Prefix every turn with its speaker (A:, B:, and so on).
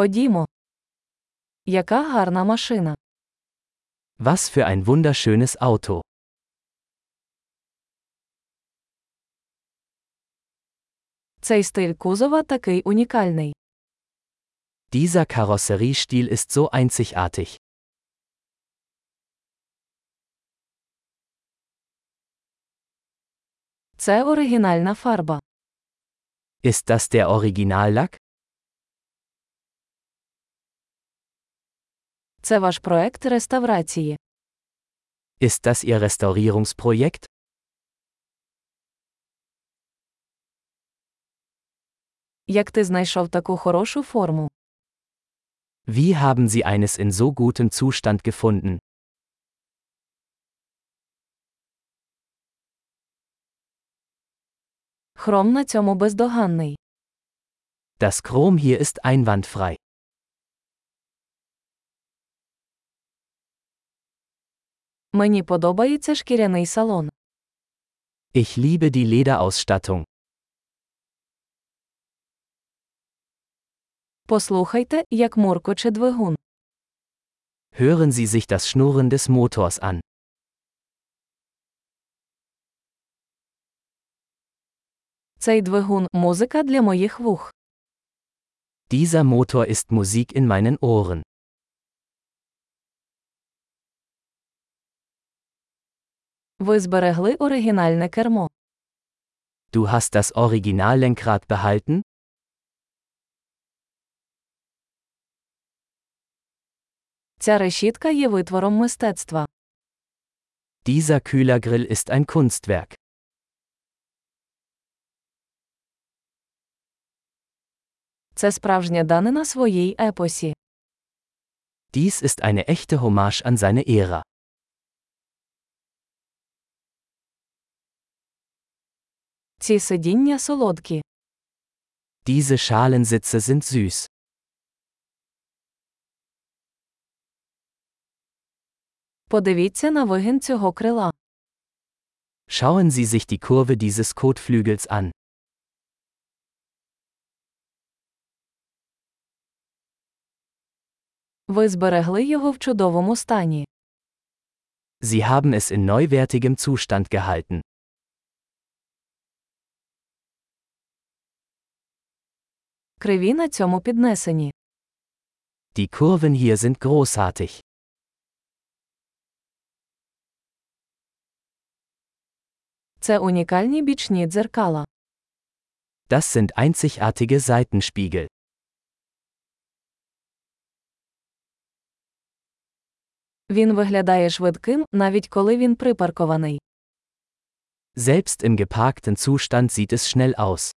A: Ходімо. Яка гарна машина.
B: Was für ein wunderschönes Auto.
A: Цей стиль кузова такий унікальний.
B: Dieser Karosseriestil ist so einzigartig.
A: Це оригінальна фарба.
B: Ist das der Originallack?
A: Це ваш проект реставрації.
B: Ist das Ihr Restaurierungsprojekt?
A: Як ти знайшов таку хорошу форму?
B: Wie haben Sie eines in so gutem Zustand gefunden?
A: Хром на цьому бездоганний.
B: Das Chrom hier ist einwandfrei.
A: Мені подобається шкіряний салон.
B: Ich liebe die Lederausstattung.
A: Послухайте, як муркоче двигун.
B: Hören Sie sich das Schnurren des Motors an.
A: Цей двигун музика для моїх вух.
B: Dieser Motor ist Musik in meinen Ohren.
A: Ви зберегли оригінальне кермо.
B: Du hast das Originallenkrad behalten?
A: Ця решітка є витвором мистецтва.
B: Dieser Kühlergrill ist ein Kunstwerk.
A: Це справжня данина своїй епосі.
B: Dies ist eine echte Hommage an seine Ära.
A: Ці сидіння солодкі.
B: Diese Schalensitze sind süß.
A: Подивіться на вигін цього крила.
B: Schauen Sie sich die Kurve dieses Kotflügels an.
A: Ви зберегли його в чудовому стані.
B: Sie haben es in neuwertigem Zustand gehalten.
A: Криві на цьому піднесені.
B: Die Kurven hier sind großartig.
A: Це унікальні бічні дзеркала.
B: Das sind einzigartige Seitenspiegel.
A: Він виглядає швидким, навіть коли він припаркований.
B: Selbst im geparkten Zustand sieht es schnell aus.